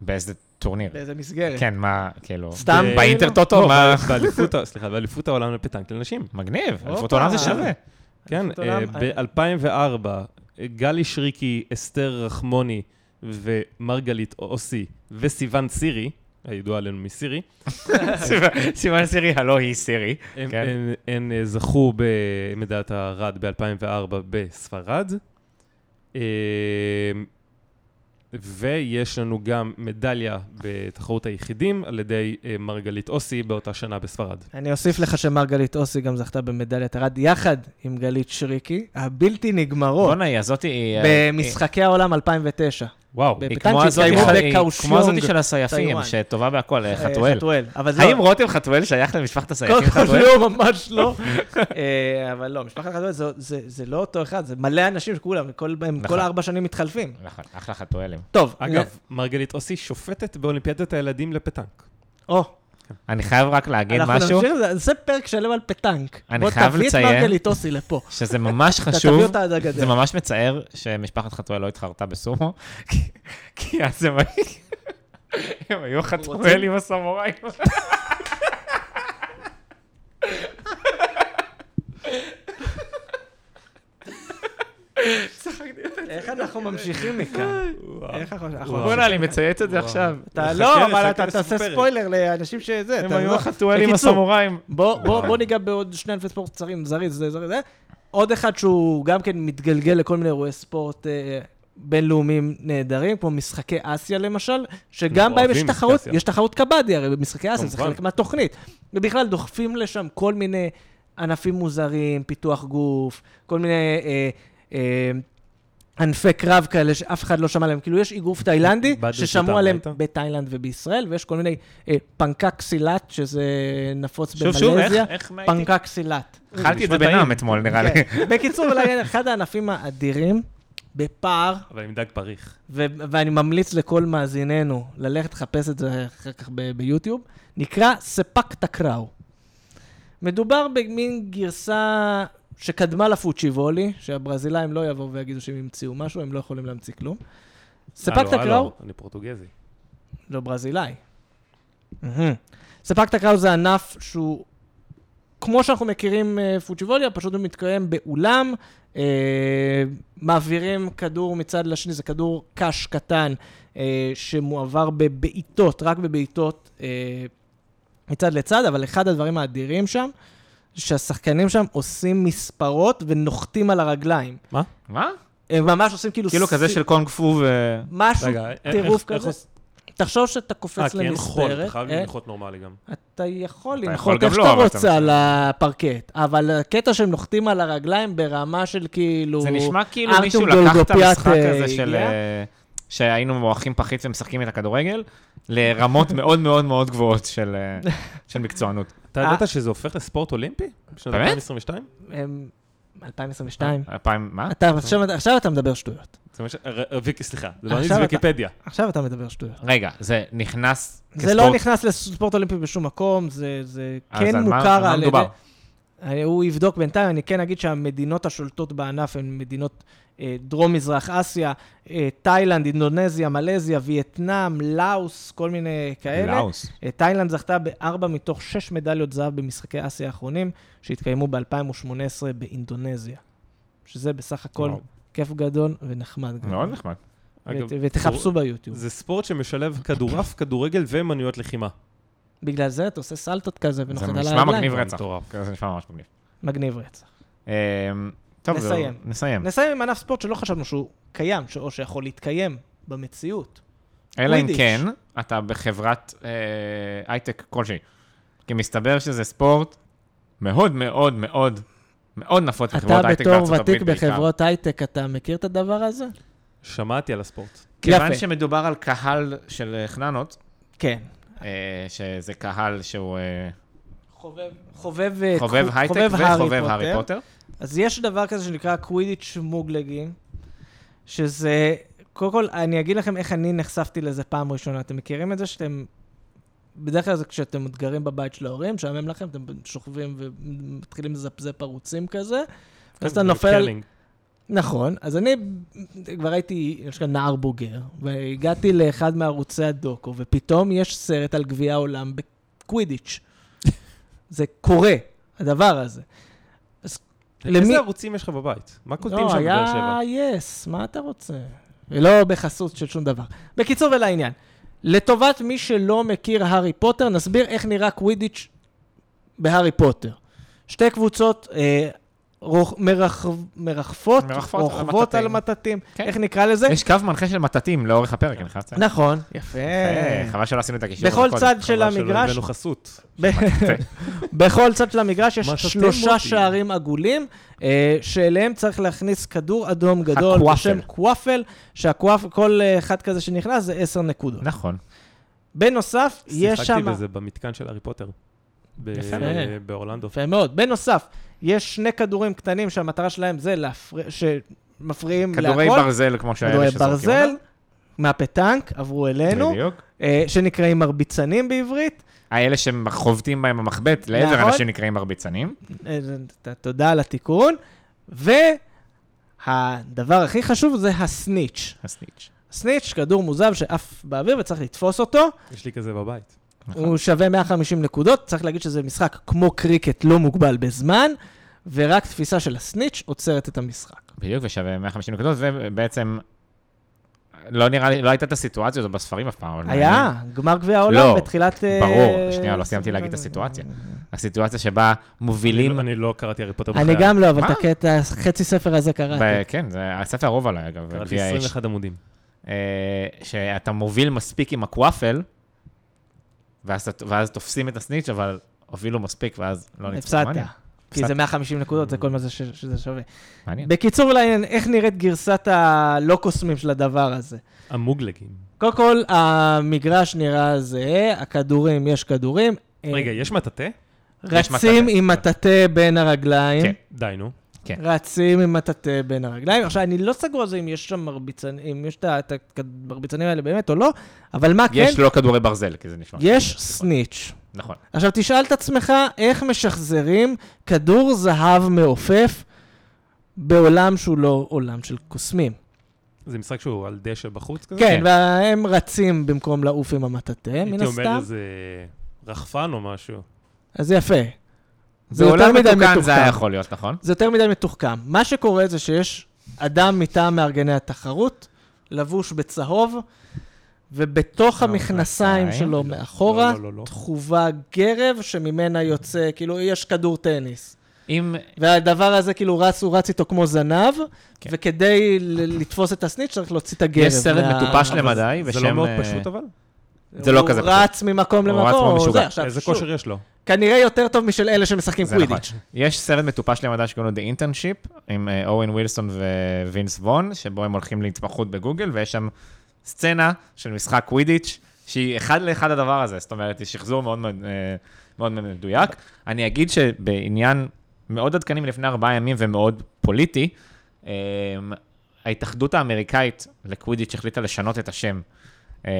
S2: באיזה טורניר.
S3: באיזה מסגרת. אוקיי.
S2: כן, מה, כאילו...
S3: סתם.
S1: ב-
S2: באינטר טוטו,
S1: לא,
S3: אה.
S2: מה...
S1: ב- באליפות ה- סליחה, באליפות העולם לפטנק לנשים.
S2: מגניב, אליפות
S3: הופה.
S2: העולם זה שווה.
S1: כן,
S3: אליפות עולם, אה.
S1: ב-2004, גלי שריקי, אסתר רחמוני ומרגלית אוסי וסיוון סירי, הידועה עלינו מסירי,
S2: סימן- סימן סירי, הלא היא סירי.
S1: הם-
S2: כן.
S1: הם- הן אה, זכו במדליית הרד ב-2004 בספרד. אה, ויש לנו גם מדליה בתחרות היחידים על ידי אה, מרגלית אוסי באותה שנה בספרד.
S3: אני אוסיף לך שמרגלית אוסי גם זכתה במדליית ארד, יחד עם גלית שריקי, הבלתי נגמרות,
S2: בואנה, היא הזאתי... היא- אה,
S3: במשחקי העולם 2009.
S1: וואו.
S2: היא- היא
S3: בפטנק
S2: כמו הזאתי-
S3: שהתקיימו
S2: היא-
S3: בקאושיונג,
S2: כמו הזאתי של הסייפים,
S3: טיואן.
S2: שטובה בהכל, אה,
S3: אה,
S2: חתואל.
S3: חתואל. אבל זה...
S2: האם רותם חתואל שייך למשפחת הסייפים חתואל?
S3: לא, ממש לא. אה, אבל לא, משפחת חתואל זה- זה זה לא אותו אחד, זה מלא אנשים שכולם, כל- הם
S2: נכון.
S3: כל ארבע שנים מתחלפים.
S2: נכון, אחלה חתואלים.
S3: טוב,
S1: אגב, מרגלית אוסי שופטת באולימפיאדת הילדים לפטנק.
S3: או,
S2: אני חייב רק להגיד
S3: אנחנו
S2: משהו,
S3: נמשיך, זה- זה פרק שלם על פטנק.
S2: אני חייב לציין-
S3: בוא תביא את מרגלית אוסי לפה.
S2: שזה ממש
S3: אתה תביא
S2: חשוב,
S3: אותה עד הגדר.
S2: זה ממש מצער שמשפחת חתואל לא התחרתה בסומו, כי- כי אז הם היו- הם היו חתואל עם הסמוראים.
S3: איך אנחנו ממשיכים מכאן? איך אנחנו... אנחנו-
S2: בוא'נה, אני מצייץ את זה
S1: וואו.
S2: עכשיו.
S3: אתה
S1: חכה,
S3: לא, אבל
S1: חכה
S3: אתה
S1: לסוף
S3: תעשה
S1: פרק.
S3: ספוילר לאנשים שזה.
S2: הם
S3: אתה
S2: היו
S3: לא-
S2: החתואל עם
S3: בקיצור,
S2: הסמוראים.
S3: בוא- בוא
S1: אה.
S3: בוא ניגע בעוד שני ענפי ספורט קצרים, זריז, זה, זה, זה. עוד אחד שהוא גם כן מתגלגל לכל מיני אירועי ספורט אה, בינלאומיים נהדרים, כמו משחקי אסיה למשל, שגם
S1: אנחנו
S3: בהם יש
S1: אוהבים
S3: תחרות,
S1: משחקי אסיה.
S3: יש תחרות קבאדי הרי במשחקי אסיה, זה
S1: כמובן.
S3: חלק מהתוכנית. ובכלל דוחפים לשם כל מיני ענפים מוזרים, פיתוח גוף, כל מיני... אה, אה, ענפי קרב כאלה שאף אחד לא שמע עליהם. כאילו, יש אגרוף תאילנדי
S1: בדו
S3: ששמעו
S1: שטעם,
S3: עליהם
S1: ראית?
S3: בתאילנד ובישראל, ויש כל מיני אה, פנקק סילת, שזה נפוץ
S2: שוב, שוב, איך-
S3: במלזיה.
S2: איך, מה הייתי?
S3: פנקק סילת.
S2: אכלתי את
S1: נשמע
S2: זה בנעם
S1: טעים.
S2: אתמול, נראה לי.
S3: כן. בקיצור, אולי אחד הענפים האדירים, בפער,
S1: אבל עם דג פריך.
S3: ו- ואני ממליץ לכל מאזיננו ללכת לחפש את זה אחר כך ב- ביוטיוב, נקרא ספק תקראו. מדובר במין גרסה שקדמה לפוצ'יבולי, שהברזילאים לא יבואו ויגידו שהם המציאו משהו, הם לא יכולים להמציא כלום. ספק
S1: הלו,
S3: תקראו,
S1: הלו, אני פורטוגזי.
S3: לא ברזילאי. מהמם. ספק תקראו זה ענף שהוא, כמו שאנחנו מכירים אה, פוצ'יבוליה, פשוט הוא מתקיים באולם, אה, מעבירים כדור מצד לשני, זה כדור קש קטן אה, שמועבר בבעיטות, רק בבעיטות אה, מצד לצד, אבל אחד הדברים האדירים שם, שהשחקנים שם עושים מספרות ונוחתים על הרגליים.
S2: מה?
S3: הם ממש עושים כאילו...
S2: כאילו
S3: ס-
S2: כזה של קונג פו ו...
S3: משהו,
S2: אה,
S1: רגע, איך-
S3: טירוף
S1: איך-
S3: כזה.
S1: איך
S3: תחשוב שאתה קופץ
S1: כי אין כן, חול, אתה
S3: למספרת,
S1: חייב
S3: אה,
S1: לנחות נורמלי גם.
S3: אתה יכול
S2: אתה יכול
S3: לנחות
S2: גם
S3: איך
S2: לא,
S3: שאתה
S2: אבל אתה
S3: רוצה
S2: מסתכל.
S3: על הפרקט, אבל הקטע שהם נוחתים על הרגליים ברמה של כאילו...
S2: זה נשמע כאילו
S3: ארתום
S2: מישהו לקח את
S3: גולגופיאט,
S2: המשחק
S3: אה,
S2: הזה של...
S3: הגיע.
S2: אה, שהיינו מועכים פחית ומשחקים את הכדורגל, לרמות מאוד מאוד מאוד גבוהות של, אה, של מקצוענות.
S1: אתה
S3: אה.
S1: ידעת שזה הופך לספורט אולימפי? בשנת
S2: באמת?
S1: 2022?
S3: הם- 2022.
S2: הפעם, מה?
S3: אתה, עכשיו, עכשיו אתה מדבר שטויות.
S1: זה מה ש... ר- ר- אה, ויקי, סליחה, זה לא אני,
S3: עכשיו
S1: זה
S3: אתה-
S1: ויקיפדיה.
S3: עכשיו אתה מדבר שטויות.
S2: רגע, זה נכנס
S3: זה לא נכנס לספורט אולימפי בשום מקום, זה, זה
S2: אוקיי, אז
S3: כן
S2: על מה-
S3: מוכר
S2: על מה
S3: על ידי...
S2: מדובר?
S3: אה, הוא יבדוק בינתיים, אני כן אגיד שהמדינות השולטות בענף הן מדינות אה, דרום-מזרח אסיה, אה, תאילנד, אינדונזיה, מלזיה, וייטנאם, לאוס, כל מיני כאלה.
S2: לאוס.
S3: אה, תאילנד זכתה בארבע מתוך שש מדליות זהב במשחקי אסיה האחרונים, שהתקיימו ב-2018 באינדונזיה. שזה בסך הכל
S2: וואו.
S3: כיף גדול ונחמד. גדול.
S2: מאוד נחמד.
S1: אגב,
S3: ות- ותחפשו ביוטיוב.
S1: זה ספורט שמשלב כדורעף, כדורגל ומנויות לחימה.
S3: בגלל זה אתה עושה סלטות כזה
S2: זה
S3: ונוחת על
S2: נשמע
S3: הרגליים.
S2: מגניב רצח.
S1: מטורף.
S2: זה נשמע ממש מגניב.
S3: מגניב רצח.
S2: אה, טוב, זהו,
S3: נסיים.
S2: נסיים.
S3: נסיים עם ענף ספורט שלא חשבנו שהוא קיים, ש- או שיכול להתקיים במציאות.
S2: אלא אם
S3: ווידיש.
S2: כן, אתה בחברת אה, הייטק כלשהי. כי מסתבר שזה ספורט מאוד מאוד מאוד מאוד נפוץ
S3: אתה
S2: בחברות הייטק בארצות
S3: בתור
S2: הברית
S3: ותיק
S2: בעיקר.
S3: בחברות הייטק, אתה מכיר את הדבר הזה?
S1: שמעתי על הספורט.
S2: כיוון
S3: יפה.
S2: שמדובר על קהל של אה, חננות,
S3: כן.
S2: אה, שזה קהל שהוא אה,
S3: חובב אה, חובב
S2: חובב
S3: תחו-
S2: הייטק וחובב הארי פוטר.
S3: אז יש דבר כזה שנקרא קווידיץ' מוגלגים, שזה, קודם כל, אני אגיד לכם איך אני נחשפתי לזה פעם ראשונה. אתם מכירים את זה שאתם, בדרך כלל זה כשאתם עוד גרים בבית של ההורים, משעמם לכם, אתם שוכבים ומתחילים לזפזפ ערוצים כזה,
S1: כן,
S2: כן,
S3: ואז אתה נופל על...
S1: קרלינג.
S3: נכון, אז אני כבר הייתי, יש כאן נער בוגר, והגעתי לאחד מערוצי הדוקו, ופתאום יש סרט על גביע העולם בקווידיץ'. זה קורה, הדבר הזה. למי-
S1: איזה ערוצים יש לך בבית? מה קולטים
S3: לא,
S1: שם בבאר שבע?
S3: היה יס, מה אתה רוצה? ולא בחסות של שום דבר. בקיצור ולעניין, לטובת מי שלא מכיר הארי פוטר, נסביר איך נראה קווידיץ' בהארי פוטר. שתי קבוצות אה, רוח, מרחב, מרחפות,
S2: מרחפות על
S3: רוכבות על
S2: מטתים.
S3: מטתים,
S2: כן.
S3: איך נקרא לזה?
S2: יש קו מנחה של מטאטים לאורך הפרק, אני חייב לציין.
S3: נכון, יפה.
S2: אה, חבל שלא עשינו את הקישור.
S3: בכל
S2: הזה קודם.
S3: צד של
S1: חבל שלא
S3: המגרש,
S1: הבאנו חסות.
S3: ב- בכל צד של המגרש יש
S1: מה שאתם
S3: שלושה
S1: רוצים.
S3: שערים עגולים, אה, שאליהם צריך להכניס כדור אדום גדול
S2: הקוואפל.
S3: בשם קוואפל, שכל אה, אחד כזה שנכנס זה עשר נקודות.
S2: נכון.
S3: בנוסף, יש שם...
S1: שיחקתי בזה במתקן של הארי פוטר. ב-
S2: יפה.
S1: אה, באורלנדו.
S3: יפה מאוד. בנוסף, יש שני כדורים קטנים שהמטרה שלהם זה להפריע... שמפריעים להכל.
S2: כדורי ברזל, כמו שהיה
S3: כדורי ברזל, מהפטנק, עברו אלינו,
S2: בדיוק.
S3: אה, שנקראים מרביצנים בעברית.
S2: האלה שחובטים בהם במחבט, לעבר
S3: נכון.
S2: אנשים נקראים מרביצנים.
S3: אה, ת- תודה על התיקון. והדבר הכי חשוב זה הסניץ'.
S2: הסניץ'.
S3: סניץ', כדור מוזב שעף באוויר וצריך לתפוס אותו.
S1: יש לי כזה בבית.
S2: נכון.
S3: הוא שווה 150 נקודות, צריך להגיד שזה משחק כמו קריקט לא מוגבל בזמן, ורק תפיסה של הסניץ' עוצרת את המשחק.
S2: בדיוק, ושווה 150 נקודות, ובעצם, לא נראה לי, לא הייתה את הסיטואציה הזו בספרים אף פעם. אבל
S3: היה, גמר גביע העולם
S2: לא,
S3: בתחילת... אה,
S2: ברור, שנייה, לא סיימתי להגיד את הסיטואציה. הסיטואציה שבה מובילים...
S1: אני לא קראתי הארי פוטר
S3: אני גם לא, אבל
S2: מה?
S3: את הקטע, חצי ספר הזה
S2: ב-
S3: קראתי.
S2: כן, זה הספר הרוב עליי, אגב,
S1: קראתי
S2: גביע האש.
S1: 21 עמודים.
S2: אה, שאתה מוביל מספיק עם הקוואפל, ואז אתה- ואז תופסים את הסניץ', אבל הובילו מספיק, ואז לא נצפה.
S3: הפסדת.
S2: מעניין,
S3: כי
S2: הפסדת.
S3: זה 150 נקודות, זה כל מה זה ש- שזה שווה.
S2: מעניין.
S3: בקיצור, לעניין, איך נראית גרסת הלא קוסמים של הדבר הזה?
S1: המוגלגים.
S3: קודם כל, המגרש נראה זהה, הכדורים, יש כדורים. אה,
S1: רגע, יש מטאטה?
S2: יש
S3: רצים
S2: מטאטא.
S3: עם מטאטא בין הרגליים.
S2: כן.
S1: די, נו.
S2: כן.
S3: רצים עם מטאטא בין הרגליים. עכשיו, אני לא סגור על זה אם יש שם מרביצנים, אם יש את ה- את המרביצנים האלה באמת או לא, אבל מה כן,
S2: יש לא כדורי ברזל, כי זה נשמע.
S3: יש סניץ'.
S2: נכון.
S3: עכשיו, תשאל את עצמך איך משחזרים כדור זהב מעופף בעולם שהוא לא עולם של קוסמים.
S1: זה משחק שהוא על דשא בחוץ כזה?
S3: כן, והם רצים במקום לעוף עם המטאטא, מן
S1: הייתי אומר
S3: הסתם.
S1: איזה רחפן או משהו.
S3: אז יפה. זה יותר
S2: בעולם
S3: מדי
S2: מתוקן זה היה
S3: מתוחכם.
S2: יכול להיות, נכון?
S3: זה יותר מדי מתוחכם. מה שקורה זה שיש אדם מטעם מארגני התחרות, לבוש בצהוב, ובתוך
S2: לא,
S3: המכנסיים
S2: מכנסיים?
S3: שלו מאחורה,
S1: לא, לא, לא.
S3: תחובה גרב שממנה יוצא, כאילו, יש כדור טניס.
S2: אם...
S3: והדבר הזה כאילו רץ, הוא רץ איתו כמו זנב,
S2: כן.
S3: וכדי ל- לתפוס את הסניץ' צריך להוציא את הגרב.
S2: יש סרט
S3: מה-
S2: מטופש
S1: אבל
S2: למדי
S1: זה-
S2: בשם...
S1: זה לא מאוד
S2: אה,
S1: פשוט אבל?
S2: זה לא כזה
S3: הוא רץ ממקום
S2: הוא
S3: למקום,
S2: רץ כמו משוגע.
S3: זה עכשיו,
S1: איזה
S3: שוב,
S1: כושר יש לו?
S3: כנראה יותר טוב משל אלה שמשחקים
S2: זה נכון.
S3: קווידיץ'.
S2: יש סרט מטופש למדע שקוראים לו The Internship, עם אה, אורן ווילסון ווינס וון, שבו הם הולכים להתמחות בגוגל, ויש שם סצנה של משחק קווידיץ', שהיא אחד לאחד הדבר הזה, זאת אומרת, היא שחזור מאוד מאוד, אה, מאוד מאוד מדויק. אני אגיד שבעניין מאוד עדכני מלפני ארבעה ימים ומאוד פוליטי, אה, ההתאחדות האמריקאית לקווידיץ' החליטה לשנות את השם אה,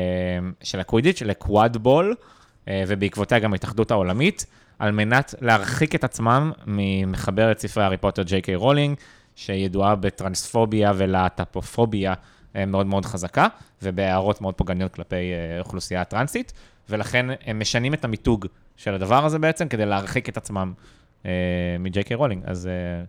S2: של הקווידיץ' לקוואדבול, אה, ובעקבותיה גם ההתאחדות העולמית, על מנת להרחיק את עצמם ממחברת ספרי הארי פוטר ג'יי קיי רולינג, שידועה בטרנספוביה ולהט"פופוביה אה, מאוד מאוד חזקה, ובהערות מאוד פוגעניות כלפי אה, האוכלוסייה הטרנסית, ולכן הם משנים את המיתוג של הדבר הזה בעצם, כדי להרחיק את עצמם אה, מג'יי קיי רולינג. אז אה,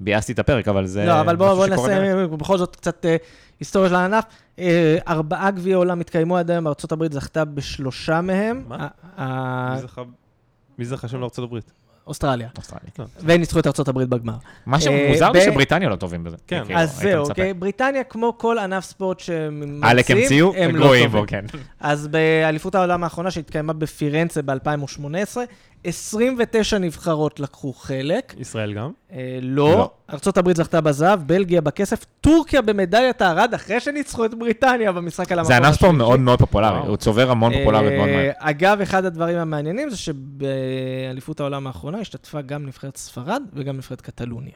S2: ביאסתי את הפרק, אבל זה...
S3: לא, אבל בואו
S2: משהו
S3: בוא
S2: שקורה באמת.
S3: נעשה בכל זאת קצת אה, היסטוריה של הענף. אה, ארבעה גביעי עולם התקיימו עד היום, ארה"ב זכתה בשלושה מהם.
S1: מה?
S3: ה- ה-
S1: מי זכה- מי זכה שם לארצות הברית?
S3: אוסטרליה.
S2: אוסטרלי.
S3: והם ניצחו את ארה"ב בגמר.
S2: מה
S3: אה,
S2: שמוזר זה
S3: ב-
S2: שבריטניה לא טובים בזה.
S1: כן.
S2: כאילו,
S1: לא,
S3: אז
S2: היית
S3: זהו,
S2: מצפה.
S3: אוקיי? בריטניה, כמו כל ענף ספורט שממציאים,
S2: עלק המציאו,
S3: הם לא
S2: גרועים
S3: טובים.
S2: בו, כן.
S3: אז באליפות העולם האחרונה שהתקיימה בפירנצה ב-2018, 29 נבחרות לקחו חלק.
S1: ישראל גם?
S3: אה, לא,
S2: לא.
S3: ארצות הברית זכתה בזהב, בלגיה בכסף, טורקיה במדליית הארד אחרי שניצחו את בריטניה במשחק על המקום
S2: זה ענף ספורט
S3: השלישי.
S2: מאוד מאוד פופולרי,
S1: וואו.
S2: הוא צובר המון פופולריות מאוד
S3: אה,
S2: מהר.
S3: אגב, אחד הדברים המעניינים זה שבאליפות העולם האחרונה השתתפה גם נבחרת ספרד וגם נבחרת קטלוניה.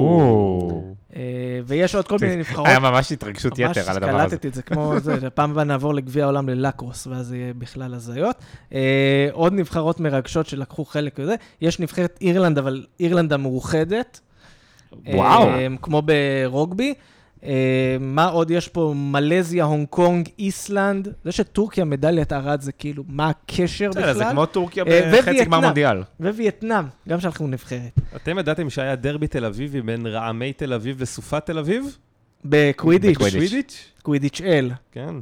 S2: או.
S3: אה, ויש עוד כל מיני נבחרות.
S2: היה ממש התרגשות יתר על הדבר הזה.
S3: אוקיי. קלטתי את זה כמו זה, פעם הבאה נעבור לגביע העולם ללקרוס, ואז זה יהיה בכלל הזיות. אה, עוד נבחרות מרגשות שלקחו חלק בזה, יש נבחרת אירלנד, אבל אירלנד המאוחדת. אה,
S2: וואו.
S3: כמו ברוגבי. אה, מה עוד יש פה? מלזיה, הונג קונג, איסלנד. זה שטורקיה מדליית ארד זה כאילו, מה הקשר
S2: בסדר,
S3: בכלל?
S2: זה כמו טורקיה
S3: אה,
S2: בחצי גמר
S3: ווייטנאם.
S2: מונדיאל.
S3: ווייטנאם, גם שלחנו נבחרת.
S1: אתם ידעתם שהיה דרבי תל אביבי בין רעמי תל אביב וסופת תל אביב?
S2: בקווידיץ'.
S3: בקווידיץ',
S1: בקווידיץ'?
S3: קווידיץ' אל.
S1: כן.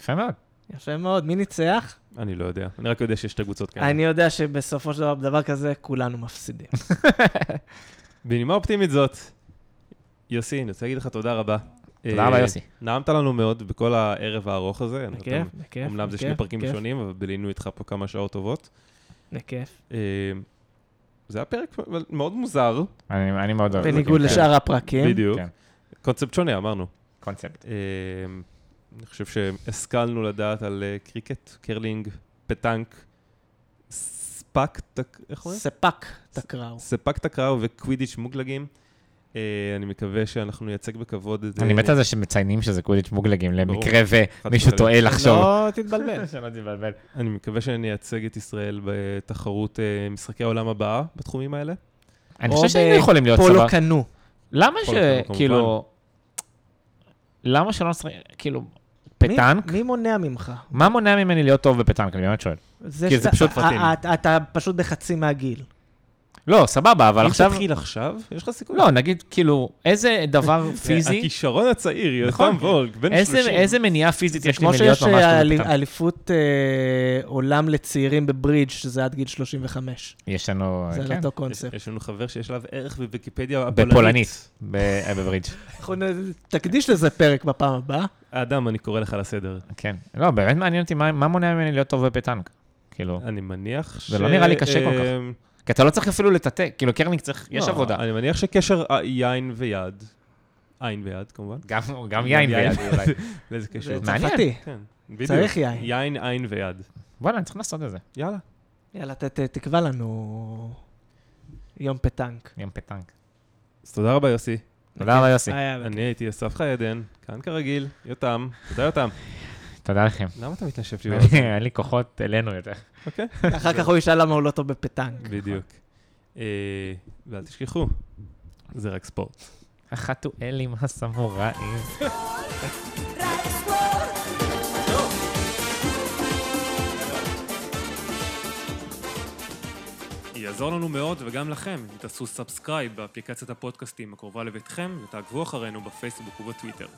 S2: יפה מאוד.
S3: יפה מאוד, מי ניצח?
S1: אני לא יודע. אני רק יודע שיש שתי קבוצות
S2: כן.
S1: כאלה.
S3: אני יודע שבסופו של דבר, בדבר כזה, כולנו מפסידים.
S1: בנימה אופטימית זאת, יוסי, אני רוצה להגיד לך תודה רבה.
S2: תודה
S1: אה,
S2: רבה, יוסי.
S1: נעמת לנו מאוד בכל הערב הארוך הזה. אני
S3: בכיף,
S1: חושב,
S3: בכיף.
S1: אמנם זה
S3: בכיף,
S1: שני פרקים
S3: בכיף,
S1: ראשונים, אבל בילינו איתך פה כמה שעות טובות.
S3: בכיף.
S1: אה, זה היה פרק אבל מאוד מוזר,
S2: אני אני מאוד אוהב.
S3: בניגוד
S2: כן.
S3: לשאר
S1: אה,
S3: הפרקים.
S1: בדיוק.
S2: כן.
S1: קונספט שונה, אמרנו.
S2: קונספט.
S1: אה, אני חושב שהשכלנו לדעת על אה, קריקט, קרלינג, פטנק, ספאק, טק- איך
S3: נכון.
S1: קוראים?
S3: ספק תקראו.
S1: ספק תקראו וקווידיץ' מוגלגים. אה, אני מקווה שאנחנו נייצג בכבוד את... אה,
S2: אני מת על זה שמציינים שזה קווידיץ' מוגלגים, למקרה ומישהו
S1: וחלילה.
S2: טועה לחשוב.
S3: לא תתבלבל.
S2: שלא תתבלבל.
S1: אני מקווה שנייצג את ישראל בתחרות אה, משחקי העולם הבאה בתחומים האלה.
S2: אני
S3: או
S2: חושב שהיינו יכולים להיות
S3: פולו
S2: סבבה.
S3: קנו.
S2: למה
S1: פולו קנו, כמובן.
S2: שכאילו... למה שלא נשחק, כאילו, פטנק?
S3: מי- מי מונע ממך?
S2: מה מונע ממני להיות טוב בפטנק? אני באמת שואל. כי זה
S3: שאתה-
S2: פשוט
S3: א-
S2: פרטים.
S3: א- אתה- אתה פשוט בחצי מהגיל.
S2: לא, סבבה, אבל עכשיו...
S1: אם תתחיל עכשיו, יש לך סיכוי. אה,
S2: לא, נגיד, כאילו, איזה דבר פיזי,
S1: הכישרון הצעיר,
S2: נכון.
S1: יותם וולק, בן 30.
S2: איזה- איזה מניעה פיזית יש אה, לי
S3: כמו
S2: מלהיות
S3: שיש
S2: ממש לא טוב
S3: אל-
S2: בפטנק?
S3: אליפות אה, עולם לצעירים בברידג', שזה עד גיל 35.
S2: יש לנו...
S3: זה על
S2: כן.
S3: אותו
S1: יש-
S3: קונספט.
S1: יש לנו חבר שיש עליו ערך בוויקיפדיה
S2: בפולנית, ב- אה, בברידג'.
S3: אנחנו נ- תקדיש לזה פרק בפעם הבאה.
S1: אדם, אני קורא לך לסדר.
S2: כן. לא, באמת מעניין אותי מה מה מונע ממני להיות טוב בפטנק. כאילו,
S1: אני מניח ש...
S2: זה לא נראה לי קשה כל כך.
S1: אה,
S2: כי אתה לא צריך אפילו לטאטא, כאילו קרלינג צריך, יש
S1: לא,
S2: עבודה.
S1: אני מניח שקשר אה, יין ויד, עין ויד כמובן.
S2: גם- גם יין ביד אולי.
S1: לאיזה קשר?
S3: זה
S2: מעניין.
S3: צרפתי.
S1: כן, בדיוק.
S3: צריך יין.
S1: יין, עין ויד.
S2: וואלה, אני צריך לעשות את זה.
S1: יאללה.
S3: יאללה, ת- ת- תקבע לנו יום פטנק.
S2: ים פטנק.
S1: אז תודה רבה, יוסי.
S2: תודה רבה, יוסי.
S3: היה בכיף.
S1: אני הייתי אסף חיידן, כאן כרגיל, יותם. תודה, יותם.
S2: תודה לכם.
S1: למה אתה מתנשף לי?
S2: אני- אין לי כוחות אלינו יותר.
S1: אוקיי,
S3: אחר כך הוא ישאל למה הוא לא טוב בפטנק.
S1: בדיוק. אה, ואל תשכחו, זה רק ספורט.
S2: החתואלים הסמוראים.
S4: רק ספורט.
S1: יעזור לנו מאוד וגם לכם אם תעשו סאבסקרייב באפליקציית הפודקאסטים הקרובה לביתכם ותעקבו אחרינו בפייסבוק ובטוויטר.